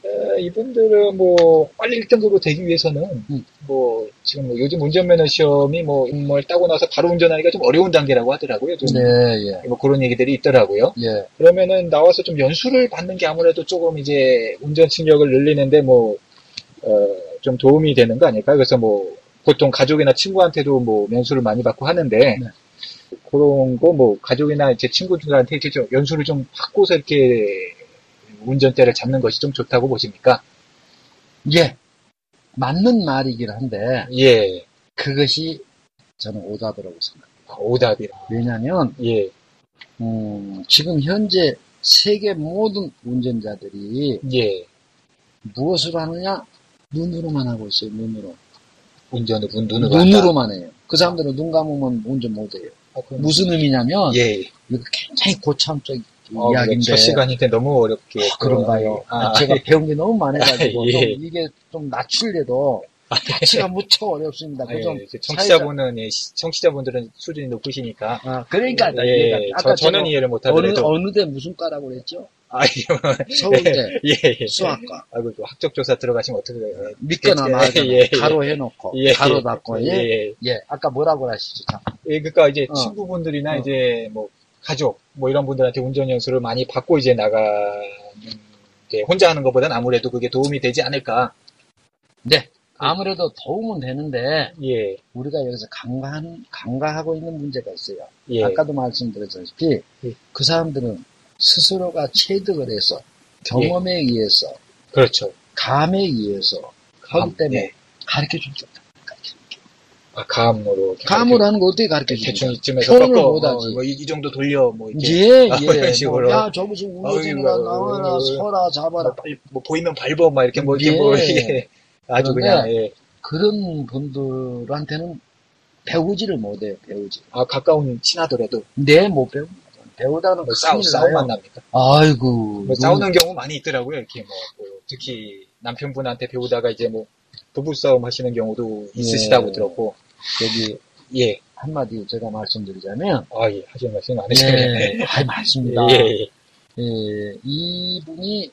S1: 어, 이분들은 뭐 빨리 1등급으로 되기 위해서는
S2: 음.
S1: 뭐 지금 뭐 요즘 운전면허 시험이 뭐 인물 따고 나서 바로 운전하기가 좀 어려운 단계라고 하더라고요. 좀
S2: 네, 예.
S1: 뭐 그런 얘기들이 있더라고요.
S2: 예.
S1: 그러면은 나와서 좀 연수를 받는 게 아무래도 조금 이제 운전 실력을 늘리는데 뭐 어, 좀 도움이 되는 거 아닐까? 그래서 뭐 보통 가족이나 친구한테도 뭐 연수를 많이 받고 하는데
S2: 네.
S1: 그런 거 뭐 가족이나 제 친구들한테 이렇게 좀 연수를 좀 받고서 이렇게 운전대를 잡는 것이 좀 좋다고 보십니까?
S2: 예. 맞는 말이긴 한데,
S1: 예,
S2: 그것이 저는 오답이라고 생각해요.
S1: 오답이라.
S2: 왜냐면,
S1: 예,
S2: 음, 지금 현재 세계 모든 운전자들이
S1: 예.
S2: 무엇을 하느냐? 눈으로만 하고 있어요, 눈으로.
S1: 운전을 눈, 눈으로. 한다.
S2: 눈으로만 해요. 그 사람들은 눈 감으면 운전 못해요.
S1: 아, 그럼-
S2: 무슨 의미냐면,
S1: 예.
S2: 이거 굉장히 고참적
S1: 어,
S2: 이야기인데.
S1: 첫 시간인데 너무 어렵게.
S2: 아, 그런가요?
S1: 아,
S2: 아, 제가 배운 게 너무 많아가지고,
S1: 예. 네.
S2: 좀 이게 좀 낮추려도, 자체가 무척 어렵습니다.
S1: 아, 예,
S2: 그 좀,
S1: 이제 청취자분은 예, 시- 청취자분들은 수준이 높으시니까
S2: 아, 그러니까, 나
S1: 예,
S2: 이해가-
S1: 저,
S2: 아까
S1: 저는
S2: 제가
S1: 이해를
S2: 어느,
S1: 못하더라도
S2: 어느 대 무슨 과라고 그랬죠?
S1: 아, 예,
S2: 서울대
S1: 예, 예.
S2: 수학과.
S1: 아이고 또 학적 조사 들어가시면 어떻게 돼요?
S2: 믿거나
S1: 예,
S2: 말거나
S1: 예, 예.
S2: 가로 해놓고
S1: 예,
S2: 가로 닫고 예. 예.
S1: 예,
S2: 아까 뭐라고 하시죠? 자,
S1: 예, 그러니까 이제
S2: 어.
S1: 친구분들이나
S2: 어.
S1: 이제 뭐 가족 뭐 이런 분들한테 운전 연수를 많이 받고 이제 나가는 게 혼자 하는 것보단 아무래도 그게 도움이 되지 않을까.
S2: 네. 아무래도 도움은 되는데
S1: 예,
S2: 우리가 여기서 간과한 간과하고 있는 문제가 있어요.
S1: 예,
S2: 아까도 말씀드렸다시피
S1: 예.
S2: 그 사람들은 스스로가 체득을 해서
S1: 예.
S2: 경험에 의해서
S1: 그렇죠. 예.
S2: 감에 의해서 하기 때문에 가르쳐 주죠.
S1: 아, 감으로 이렇게
S2: 감을 하는 거 어떻게 가르쳐 주죠?
S1: 대충 이쯤에서
S2: 표현을
S1: 꺾어
S2: 못하지.
S1: 어, 뭐이이 정도 돌려 뭐 이렇게
S2: 예,
S1: 아,
S2: 예.
S1: 이런 식으로.
S2: 뭐, 야, 저기서 우거지느라
S1: 어이구,
S2: 나와라,
S1: 어이구.
S2: 서라, 잡아라.
S1: 뭐, 빨리- 뭐 보이면 밟어 막 이렇게 뭐 이렇게
S2: 예.
S1: 뭐 이게 아주
S2: 그런데-
S1: 그냥 예.
S2: 그런 분들한테는 배우지를 못해요, 배우지.
S1: 아 가까운 친하더라도
S2: 내 못 배우. 배우다는
S1: 뭐
S2: 거
S1: 싸우 싸움만 납니까?
S2: 아이고.
S1: 뭐
S2: 눈-
S1: 싸우는 경우 많이 있더라고요. 이렇게 뭐, 뭐 특히 남편분한테 배우다가 이제 뭐 부부 싸움 하시는 경우도 있으시다고
S2: 예.
S1: 들었고
S2: 여기
S1: 예.
S2: 한마디 제가 말씀드리자면,
S1: 아 예. 하실 말씀 많으시네요.
S2: 예, 아이, 맞습니다.
S1: 예. 예.
S2: 예, 이분이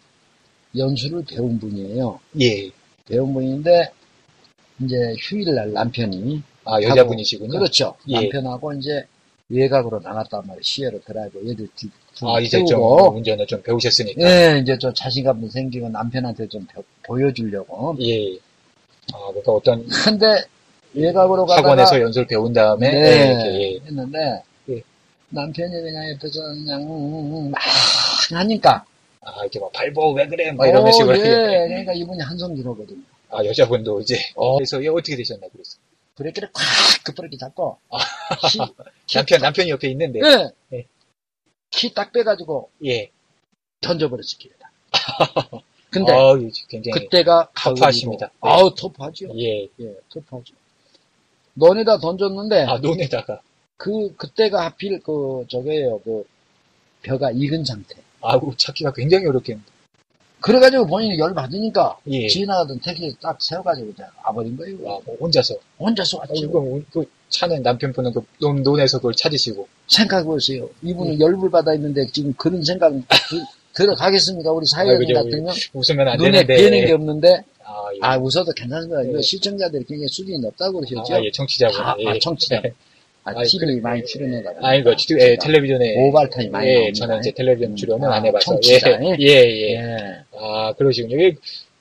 S2: 연수를 배운 분이에요.
S1: 예.
S2: 배운 분인데, 이제 휴일날 남편이.
S1: 아 여자분이시군요.
S2: 그렇죠.
S1: 예.
S2: 남편하고 이제 외곽으로 나갔단 말이에요. 시외로 드라이브 애들 뒤.
S1: 아 이제 좀
S2: 태우고.
S1: 운전을 좀 배우셨으니까.
S2: 예, 이제 좀 자신감도 생기고 남편한테 좀 벼- 보여주려고.
S1: 예. 아 그러니까 어떤
S2: 근데 외곽으로 가다가
S1: 학원에서 연수를 배운 다음에 예, 이렇게, 예.
S2: 네, 했는데
S1: 예.
S2: 남편이 그냥 옆에서 그냥 음, 음, 막 하니까
S1: 아 이렇게 막 밟어 왜 그래 막 이런 식으로
S2: 예,
S1: 이렇게.
S2: 그러니까 이분이 한성기로거든요.
S1: 아 여자분도 이제
S2: 어.
S1: 그래서 얘 어떻게 되셨나 그랬어.
S2: 브레이크를 콱 급브레이크 잡고 키,
S1: 아, 남편 남편이 옆에 있는데
S2: 예,
S1: 네.
S2: 키딱 빼가지고
S1: 예.
S2: 던져버렸을 기회다. 근데 예.
S1: 아, 굉장히
S2: 그때가
S1: 터프하십니다.
S2: 가을이고. 아우 터프하죠.
S1: 예.
S2: 예, 터프하죠. 논에다 던졌는데
S1: 아 논에다가
S2: 그 그때가 하필 그 저게요 그 벼가 익은 상태.
S1: 아우 그 찾기가 굉장히 어렵겠는데.
S2: 그래가지고 본인이 열 받으니까
S1: 예.
S2: 지나가던 택시 딱 세워가지고 그냥 와버린 거예요.
S1: 아, 뭐 혼자서.
S2: 혼자서
S1: 아,
S2: 왔죠.
S1: 이거 그 차는 남편분은 그 논, 논에서 그걸 찾으시고.
S2: 생각해보세요. 이분은
S1: 예.
S2: 열불 받아 있는데 지금 그런 생각 들- 들어가겠습니까? 우리 사회인
S1: 아이고, 예.
S2: 같은 경
S1: 웃으면 안
S2: 눈에
S1: 되는데.
S2: 띄는 게 없는데
S1: 아, 예.
S2: 아 웃어도 괜찮습니다. 이거
S1: 예.
S2: 시청자들이 굉장히 수준이 높다고 그러셨죠?
S1: 아, 예, 청취자분.
S2: 다-
S1: 예.
S2: 아, 청취자. 아,
S1: 아,
S2: TV 많이 출연해 가지고.
S1: 아, 이거 지금 예, 텔레비전에
S2: 오발타임 많이
S1: 예,
S2: 나옵니다.
S1: 저는 이제 텔레비전
S2: 음,
S1: 출연은
S2: 아,
S1: 안 해봐서
S2: 청취자,
S1: 예, 예,
S2: 예.
S1: 예.
S2: 예.
S1: 아 그러시군요. 예.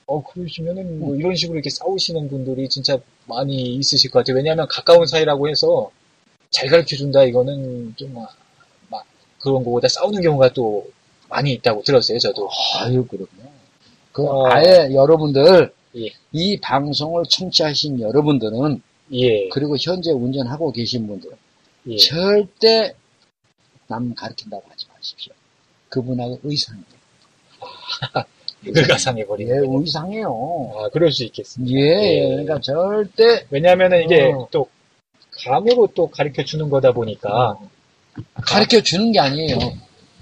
S1: 어 그러시면은 뭐 이런 식으로 이렇게 싸우시는 분들이 진짜 많이 있으실 것 같아요. 왜냐하면 가까운 사이라고 해서 잘 가르쳐 준다 이거는 좀 아, 막 그런 거보다 싸우는 경우가 또 많이 있다고 들었어요. 저도.
S2: 아유, 그렇군요. 그,
S1: 어.
S2: 아예 여러분들,
S1: 예.
S2: 이 방송을 청취하신 여러분들은,
S1: 예.
S2: 그리고 현재 운전하고 계신 분들,
S1: 예.
S2: 절대 남 가르친다고 하지 마십시오. 그분하고 의상입니다.
S1: 일가상해버리는
S2: 예,
S1: 거죠.
S2: 이상해요.
S1: 아, 그럴 수 있겠습니다.
S2: 예, 예, 그러니까 절대
S1: 왜냐면은 이게
S2: 어.
S1: 또 감으로 또 가르쳐 주는 거다 보니까
S2: 가르쳐 주는 게 아니에요. 어,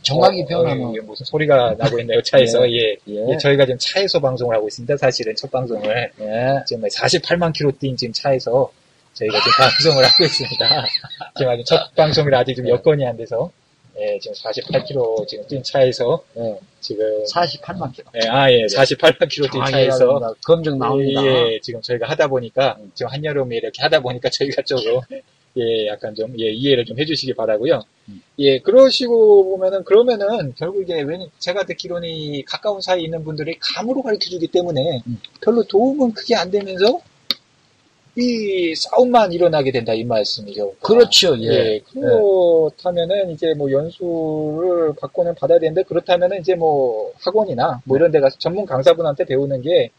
S2: 정확히
S1: 어,
S2: 표현하면.
S1: 어, 이게 무슨 소리가 나고 있네요 차에서 예.
S2: 예,
S1: 예, 저희가 지금 차에서 방송을 하고 있습니다 사실은 첫 방송을
S2: 예.
S1: 지금 48만 킬로 뛴 지금 차에서 저희가 지금 방송을 하고 있습니다 지금 아직 첫 방송이라 아직 좀 여건이 안 돼서 예, 지금 48km 지금 뛴 차에서
S2: 예.
S1: 지금
S2: 48만 킬로.
S1: 예, 아, 예, 48만 킬로 뛴 차에서
S2: 검증 나옵니다.
S1: 예, 지금 저희가 하다 보니까, 지금 한여름에 이렇게 하다 보니까 저희가 조금, 예, 약간 좀, 예, 이해를 좀 해주시기 바라고요 예, 그러시고 보면은, 그러면은, 결국 이게, 왜, 제가 듣기로는 이 가까운 사이에 있는 분들이 감으로 가르쳐 주기 때문에,
S2: 음.
S1: 별로 도움은 크게 안 되면서, 이 싸움만 일어나게 된다, 이 말씀이죠.
S2: 그렇죠.
S1: 예.
S2: 예.
S1: 그렇다면은 이제 뭐 연수를 받고는 받아야 되는데 그렇다면은 이제 뭐 학원이나 뭐 이런 데 가서 전문 강사분한테 배우는 게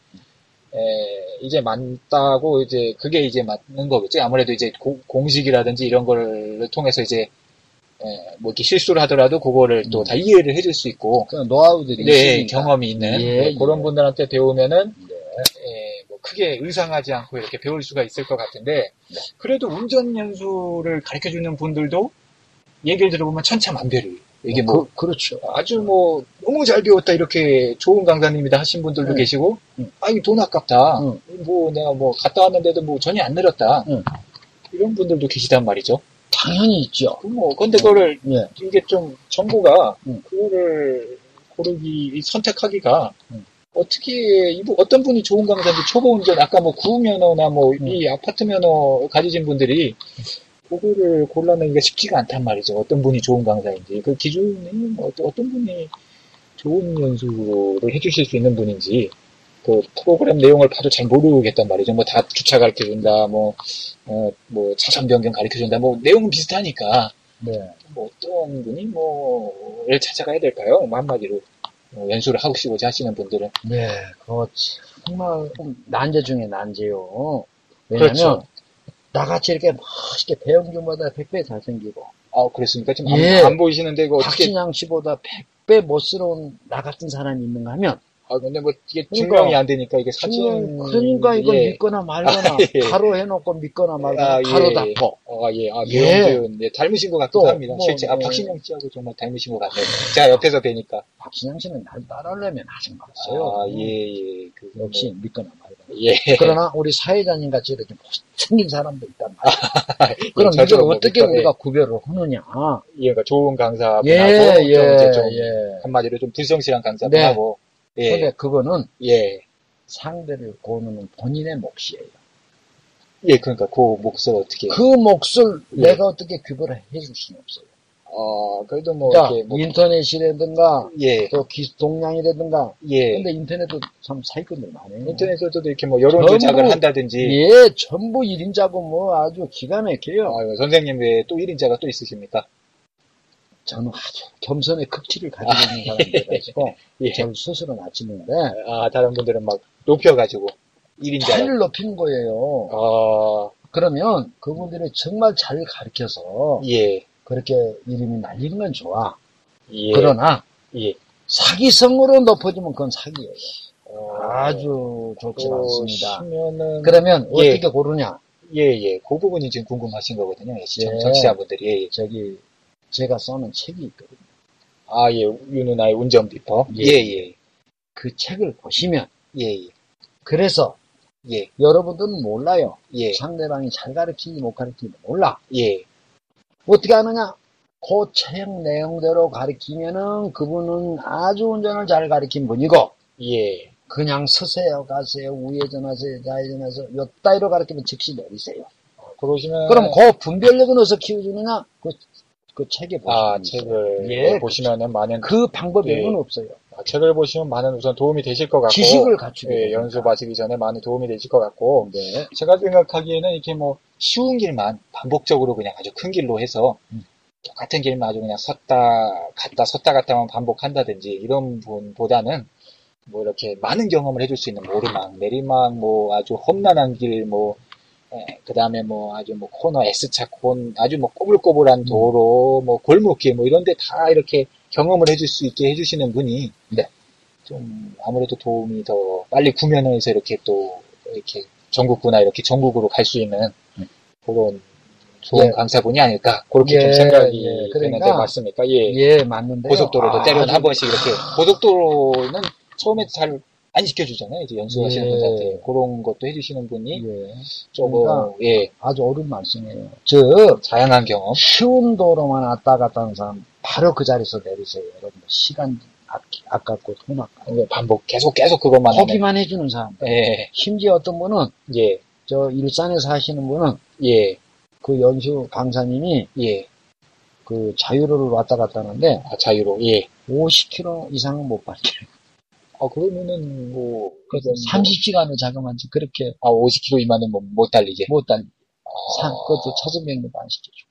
S1: 에, 이제 맞다고 이제 그게 이제 맞는 거겠지. 아무래도 이제 고- 공식이라든지 이런 걸 통해서 이제 에, 뭐 이렇게 실수를 하더라도 그거를
S2: 음.
S1: 또 다 이해를 해줄 수 있고
S2: 그 노하우들이
S1: 네,
S2: 있으니까.
S1: 경험이 있는
S2: 예,
S1: 네, 그런
S2: 예.
S1: 분들한테 배우면은 예, 뭐 크게 의상하지 않고 이렇게 배울 수가 있을 것 같은데
S2: 네.
S1: 그래도 운전 연수를 가르쳐 주는 분들도 얘기를 들어보면 천차만별이 이게 뭐
S2: 그, 그렇죠.
S1: 아주 뭐 너무 잘 배웠다 이렇게 좋은 강사님이다 하신 분들도
S2: 응.
S1: 계시고
S2: 응.
S1: 아 이거 돈 아깝다
S2: 응.
S1: 뭐 내가 뭐 갔다 왔는데도 뭐 전혀 안 늘었다
S2: 응.
S1: 이런 분들도 계시단 말이죠
S2: 당연히 있죠.
S1: 그럼 뭐 근데 그거를
S2: 예.
S1: 이게 좀 정보가
S2: 음.
S1: 그거를 고르기 선택하기가
S2: 음.
S1: 어떻게 이분- 어떤 분이 좋은 강사인지 초보 운전 아까 뭐 구면허나 뭐
S2: 음.
S1: 이 아파트 면허 가지신 분들이 그거를 골라내기가 쉽지가 않단 말이죠 어떤 분이 좋은 강사인지 그 기준이 뭐 어떤, 어떤 분이 좋은 연수를 해주실 수 있는 분인지 그 프로그램 내용을 봐도 잘 모르겠단 말이죠 뭐 다 주차 가르쳐 준다 뭐 어, 뭐 차선 변경 가르쳐 준다 뭐 내용은 비슷하니까
S2: 네.
S1: 뭐 어떤 분이 뭐를 찾아가야 될까요? 뭐 한마디로 어, 연수를 하고 싶고자 하시는 분들은
S2: 네. 그렇지. 정말 난제 중에 난제요. 왜냐면
S1: 그렇죠.
S2: 나같이 이렇게 멋있게 배운 경보다 100배 잘생기고
S1: 아 그렇습니까? 지금 안,
S2: 예.
S1: 안 보이시는데 이거 어떻게
S2: 박신양 씨보다 100배 멋스러운 나 같은 사람이 있는가 하면
S1: 아 근데 뭐 이게
S2: 그러니까.
S1: 증명이 안 되니까 이게 사진
S2: 그러니까 이거
S1: 예.
S2: 믿거나 말거나
S1: 아, 예.
S2: 가로 해놓고 믿거나 말거나
S1: 아, 예.
S2: 가로 닫고
S1: 어, 예, 아,
S2: 예.
S1: 배운 배운, 예, 닮으신 것 같기도
S2: 또,
S1: 합니다.
S2: 뭐,
S1: 실제, 아,
S2: 뭐.
S1: 박신영 씨하고 정말 닮으신 것 같네요. 제가 옆에서 뵈니까.
S2: 박신양 씨는 아, 날 따라하려면 하지 말았어요.
S1: 아, 예, 예. 그, 뭐,
S2: 역시 믿거나 말거나.
S1: 예.
S2: 그러나 우리 사회자님 같이 이렇게 뭐 생긴 사람도 있단 말이야. 그럼
S1: 저도
S2: 이걸
S1: 뭐
S2: 어떻게
S1: 믿거나,
S2: 우리가 구별을 하느냐.
S1: 예, 그러니까 좋은 강사분하고,
S2: 예,
S1: 좀 이제
S2: 예, 네.
S1: 좀,
S2: 예.
S1: 한마디로 좀 불성실한 강사분하고,
S2: 근데
S1: 예,
S2: 그거는
S1: 예.
S2: 상대를 고르는 본인의 몫이에요.
S1: 예, 그러니까 그 몫을 어떻게.
S2: 그 몫을
S1: 예.
S2: 내가 어떻게 구별을 해줄 수는 없어요.
S1: 어, 그래도 뭐,
S2: 자,
S1: 이렇게 뭐,
S2: 인터넷이라든가,
S1: 예,
S2: 또 기, 동양이라든가,
S1: 예.
S2: 근데 인터넷도 참 사기꾼들 많아요.
S1: 인터넷에서도 이렇게 뭐, 여론조작을
S2: 전부-
S1: 한다든지.
S2: 예, 전부 1인자고 뭐 아주 기가 막혀요.
S1: 아유, 선생님 외에 또 1인자가 또 있으십니까?
S2: 저는 아주 겸손의 극치를 가지고 있는 사람이라가지고
S1: 아, 예.
S2: 저를 스스로 낮추는데
S1: 아, 다른 분들은 막, 높여가지고, 1인자.
S2: 차이를 높이는 거예요.
S1: 아,
S2: 그러면 그분들이 정말 잘 가르쳐서
S1: 예,
S2: 그렇게 이름이 날리는 건 좋아.
S1: 예.
S2: 그러나
S1: 예.
S2: 사기성으로 높아지면 그건 사기예요.
S1: 어,
S2: 아주 좋지 않습니다.
S1: 그러면은,
S2: 그러면
S1: 예.
S2: 어떻게 고르냐?
S1: 예, 예. 그 부분이 지금 궁금하신 거거든요. 예, 시청,
S2: 예.
S1: 청취자분들이. 예, 예.
S2: 저기 제가 써는 책이 있거든요.
S1: 아, 예, 유누나의 운전 비법.
S2: 예.
S1: 예, 예.
S2: 그 책을 보시면
S1: 예, 예.
S2: 그래서
S1: 예,
S2: 여러분들은 몰라요.
S1: 예,
S2: 상대방이 잘 가르치는지 못 가르치는지 몰라.
S1: 예.
S2: 어떻게 하느냐? 그 책 내용대로 가르치면은 그분은 아주 운전을 잘 가르친 분이고,
S1: 예.
S2: 그냥 서세요, 가세요, 우회전하세요, 좌회전하세요, 요 따위로 가르치면 즉시 내리세요.
S1: 그러시면.
S2: 그럼 그 분별력은 어디서 키워주느냐? 그, 그 책에 보시면.
S1: 아,
S2: 있어요.
S1: 책을
S2: 예,
S1: 예, 보시면은 많은
S2: 그 방법
S1: 예.
S2: 외에는 없어요.
S1: 아, 책을 보시면 많은 우선 도움이 되실 것 같고
S2: 지식을 갖추게.
S1: 예,
S2: 되니까.
S1: 연수 마치기 전에 많은 도움이 되실 것 같고
S2: 네.
S1: 예, 제가 생각하기에는 이렇게 뭐 쉬운 길만 반복적으로 그냥 아주 큰 길로 해서
S2: 음.
S1: 똑같은 길만 아주 그냥 섰다 갔다 섰다 갔다만 반복한다든지 이런 분보다는 뭐 이렇게 많은 경험을 해줄 수 있는 뭐 오르막 내리막 뭐 아주 험난한 길뭐 그 다음에 뭐 아주 뭐 코너 S차 콘 아주 뭐
S2: 음.
S1: 꼬불꼬불한 도로 뭐 골목길 뭐 이런 데 다 이렇게 경험을 해줄 수 있게 해주시는 분이
S2: 네.
S1: 좀 아무래도 도움이 더 빨리 구면을 해서 이렇게 또 이렇게 전국구나 이렇게 전국으로 갈 수 있는
S2: 네.
S1: 그런 좋은
S2: 예.
S1: 강사분이 아닐까 그렇게
S2: 예,
S1: 좀 생각이
S2: 예.
S1: 되는데
S2: 그러니까
S1: 맞습니까? 예.
S2: 예, 맞는데.
S1: 고속도로도
S2: 아,
S1: 때로는 한 번씩 이렇게 고속도로는 처음에 잘 안 시켜주잖아요. 이제 연수하시는
S2: 예.
S1: 분들한테 그런 것도 해주시는 분이
S2: 예,
S1: 조금
S2: 그러니까
S1: 예
S2: 아주 어려운 말씀이에요. 즉,
S1: 다양한 경험.
S2: 쉬운 도로만 왔다 갔다 하는 사람, 바로 그 자리에서 내리세요. 여러분, 시간 아, 아깝고 돈 아깝고.
S1: 이거 반복 계속 계속 그것만 하면
S2: 거기만 해주는 사람.
S1: 예, 예예예 예.
S2: 심지어 어떤 분은, 저 일산에 사시는 분은, 그 연수 강사님이,
S1: 예.
S2: 그 자유로를 왔다 갔다 하는데,
S1: 아, 자유로 예.
S2: 50km 이상은 못 받게.
S1: 아 그러면은 뭐
S2: 그래서 뭐 30시간을 자그만치 그렇게
S1: 아 50km 이만은 못, 못 달리게.
S2: 못 달리.
S1: 아,
S2: 상, 그것도 차선변경 안 시켜주고.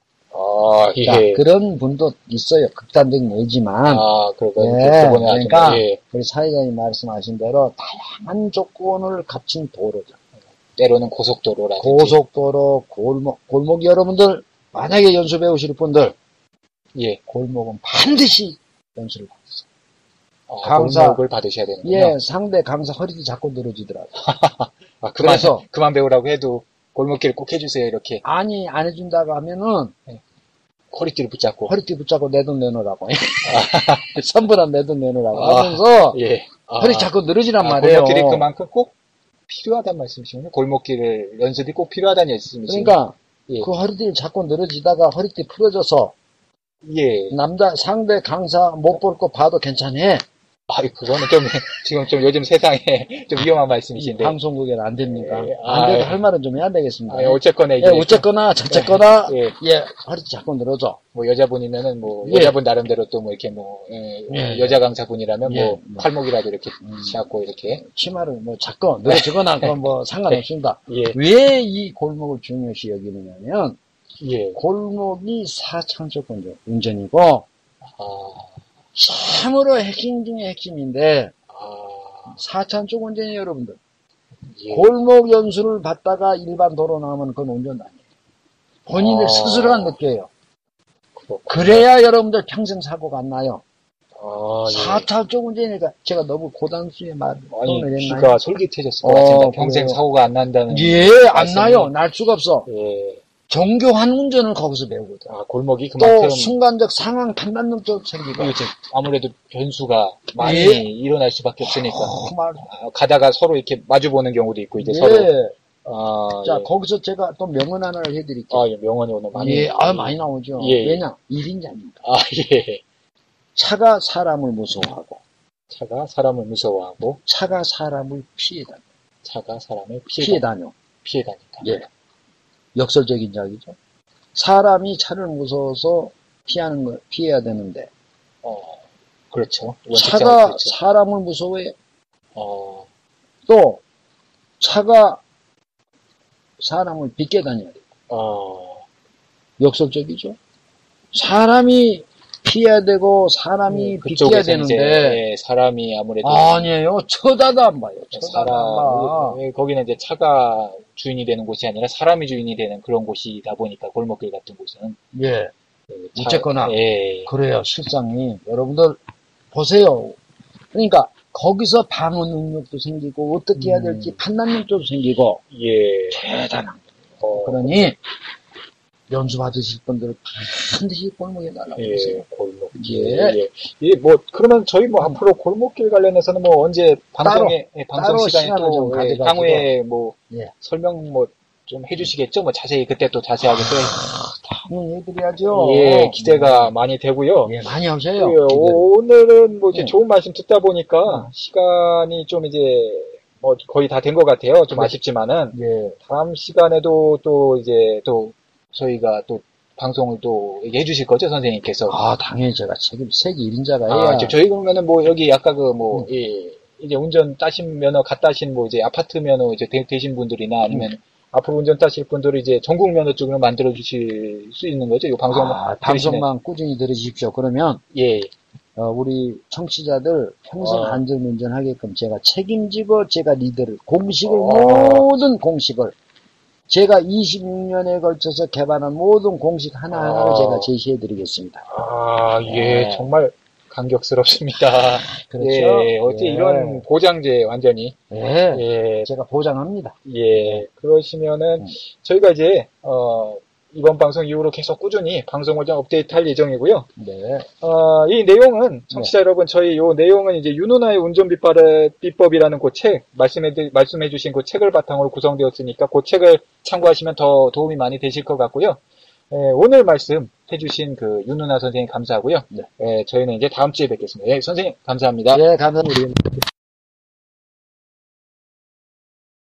S1: 아
S2: 자,
S1: 예.
S2: 그런 분도 있어요. 극단적인 의지만.
S1: 아 그러고
S2: 예, 그러니까
S1: 예.
S2: 우리 사회자님 말씀하신 대로 다양한 조건을 갖춘 도로죠.
S1: 때로는 고속도로라든지
S2: 고속도로, 골목, 골목 여러분들, 만약에 연수 배우실 분들,
S1: 예
S2: 골목은 반드시 연수를 받아요.
S1: 아,
S2: 강사.
S1: 골목을 받으셔야 되는군요.
S2: 예, 상대 강사 허리도 자꾸 늘어지더라고요.
S1: 아, 그만,
S2: 그래서-
S1: 그만 배우라고 해도 골목길 꼭 해주세요, 이렇게.
S2: 아니, 안 해준다고 하면은,
S1: 예. 허리띠를 붙잡고.
S2: 허리띠 붙잡고 내 돈 내놓으라고. 선불한 내 돈 내놓으라고
S1: 아.
S2: 하면서,
S1: 예. 아,
S2: 허리 자꾸 늘어지란
S1: 아,
S2: 말이에요.
S1: 골목길이 그만큼 꼭 필요하단 말씀이시군요. 골목길을, 연습이 꼭 필요하다는 말씀이시군요.
S2: 그러니까,
S1: 예.
S2: 그 허리띠를 자꾸 늘어지다가 허리띠 풀어져서,
S1: 예.
S2: 남자, 상대 강사 못 볼 거 봐도 괜찮해.
S1: 아, 그거는 좀, 지금 좀 요즘 세상에 좀 위험한 말씀이신데.
S2: 음, 방송국에는 안 됩니까?
S1: 네. 예,
S2: 안
S1: 아유.
S2: 돼도 할 말은 좀 해야 되겠습니다.
S1: 아, 예, 어쨌거나
S2: 예,
S1: 이제.
S2: 어쨌거나, 저쨌거나,
S1: 예.
S2: 예, 허리띠 자꾸 늘어져.
S1: 뭐 여자분이면은 뭐
S2: 예.
S1: 여자분 나름대로 또 뭐 이렇게 뭐 예,
S2: 예.
S1: 여자 강사분이라면
S2: 예.
S1: 뭐 팔목이라도 이렇게
S2: 음.
S1: 잡고 이렇게
S2: 치마를 뭐 자꾸 늘어지거나, 그건 뭐 상관없습니다.
S1: 네. 예 예
S2: 왜 이 골목을 중요시 여기느냐면, 예. 골목이 사창적 운전, 운전이고,
S1: 아,
S2: 참으로 핵심 중에 핵심인데,
S1: 아,
S2: 사창적 운전이 여러분들.
S1: 예.
S2: 골목 연수를 받다가 일반 도로 나오면 그건 운전 아니에요. 본인들
S1: 아.
S2: 스스로가 느껴요.
S1: 그렇구나.
S2: 그래야 여러분들 평생 사고가 안 나요.
S1: 아, 예.
S2: 사차적 운전이니까 제가 너무 고단수의 말을
S1: 아니,
S2: 했나요?
S1: 귀가 솔깃해졌을 것
S2: 어,
S1: 같습니다. 평생
S2: 그래요.
S1: 사고가 안 난다는.
S2: 예, 안
S1: 말씀이-
S2: 나요. 날 수가 없어.
S1: 예.
S2: 정교한 운전을 거기서 배우거든.
S1: 아, 골목이 그만큼.
S2: 또 순간적 상황 판단 능력도 생기고.
S1: 이거 이제 아무래도 변수가 많이
S2: 예.
S1: 일어날 수밖에 없으니까.
S2: 그 정말.
S1: 아, 가다가 서로 이렇게 마주보는 경우도 있고, 이제
S2: 예.
S1: 서로. 아,
S2: 자,
S1: 예.
S2: 거기서 제가 또 명언 하나를 해드릴게요.
S1: 아, 예, 명언이 오늘 많이.
S2: 예, 아, 많이 나오죠.
S1: 예, 예.
S2: 왜냐, 일인자입니다.
S1: 아, 예.
S2: 차가 사람을 무서워하고,
S1: 차가 사람을 무서워하고,
S2: 차가 사람을 피해 다녀.
S1: 차가 사람을 피해,
S2: 피해
S1: 다,
S2: 다녀.
S1: 피해 다닌다.
S2: 예. 역설적인 이야기죠. 사람이 차를 무서워서 피하는 걸 피해야 되는데,
S1: 어, 그렇죠. 원칙적으로
S2: 차가
S1: 그렇죠.
S2: 사람을 무서워해.
S1: 어,
S2: 또 차가 사람을 빗게 다녀야 돼요.
S1: 어,
S2: 역설적이죠. 사람이 피해야 되고 사람이 빗게야
S1: 네, 그쪽에서 이제,
S2: 되는데
S1: 예, 사람이 아무래도.
S2: 아니에요. 쳐다도 안 봐요. 쳐다도 안 봐.
S1: 사람, 예, 거기는 이제 차가 주인이 되는 곳이 아니라 사람이 주인이 되는 그런 곳이다 보니까 골목길 같은 곳은.
S2: 예,
S1: 차-
S2: 어쨌거나.
S1: 예.
S2: 그래요. 실상이 여러분들 보세요. 그러니까 거기서 방어 능력도 생기고 어떻게 해야
S1: 음.
S2: 될지 판단 능력도 생기고
S1: 예.
S2: 대단한.
S1: 어,
S2: 그러니 연수 받으실 분들 은 반드시 골목에 달라고
S1: 예,
S2: 하세요.
S1: 골목.
S2: 예.
S1: 예. 예, 뭐, 그러면 저희 뭐 앞으로 골목길 관련해서는 뭐 언제 방송에, 예, 방송
S2: 따로
S1: 시간에
S2: 시간을 좀
S1: 또, 예,
S2: 가져가지고.
S1: 향후에 뭐,
S2: 예.
S1: 설명 뭐, 좀 해주시겠죠? 뭐 자세히 그때 또 자세하게 또
S2: 당연히 해드려야죠.
S1: 예, 기대가 많이 되고요.
S2: 예, 많이
S1: 예,
S2: 하세요. 기대를.
S1: 오늘은 뭐 이제
S2: 예. 어.
S1: 좋은 말씀 듣다 보니까 시간이 좀 이제 뭐 거의 다 된 것 같아요. 좀
S2: 네.
S1: 아쉽지만은
S2: 예,
S1: 다음 시간에도 또 이제 또 저희가 또 방송을 또 얘기해 주실 거죠, 선생님께서.
S2: 아, 당연히 제가 책임, 세계 1인자가
S1: 아,
S2: 해야.
S1: 저- 저희 그러면은 뭐 여기 아까 그 뭐 예, 이제 운전 따신 면허 갓 따신 뭐 이제 아파트 면허 이제 되, 신 분들이나 아니면 앞으로 운전 따실 분들을 이제 전국 면허 쪽으로 만들어 주실 수 있는 거죠. 이 방송
S2: 아,
S1: 들으시는-
S2: 방송만 꾸준히 들으십시오. 그러면,
S1: 예.
S2: 어, 우리 청취자들 평생
S1: 아.
S2: 안전운전 하게끔 제가 책임지고 제가 리더를, 공식을,
S1: 아.
S2: 모든 공식을, 제가 26년에 걸쳐서 개발한 모든 공식 하나하나를
S1: 아.
S2: 제가 제시해 드리겠습니다.
S1: 아, 예,
S2: 네.
S1: 정말 감격스럽습니다.
S2: 그렇죠.
S1: 예, 어째
S2: 예.
S1: 이런 보장제 완전히.
S2: 예.
S1: 예,
S2: 제가 보장합니다.
S1: 예. 그러시면은
S2: 음.
S1: 저희가 이제 어, 이번 방송 이후로 계속 꾸준히 방송을 좀 업데이트할 예정이고요.
S2: 네.
S1: 어, 이 내용은 청취자 여러분 저희 이 내용은 이제 윤호나의 운전 비법의- 비법이라는 그 책 말씀해 말씀해 주신 그 책을 바탕으로 구성되었으니까 그 책을 참고하시면 더 도움이 많이 되실 것 같고요. 예, 오늘 말씀 해주신 그 윤호나 선생님 감사하고요.
S2: 네.
S1: 예, 저희는 이제 다음 주에 뵙겠습니다. 예, 선생님 감사합니다.
S2: 예, 감사합니다.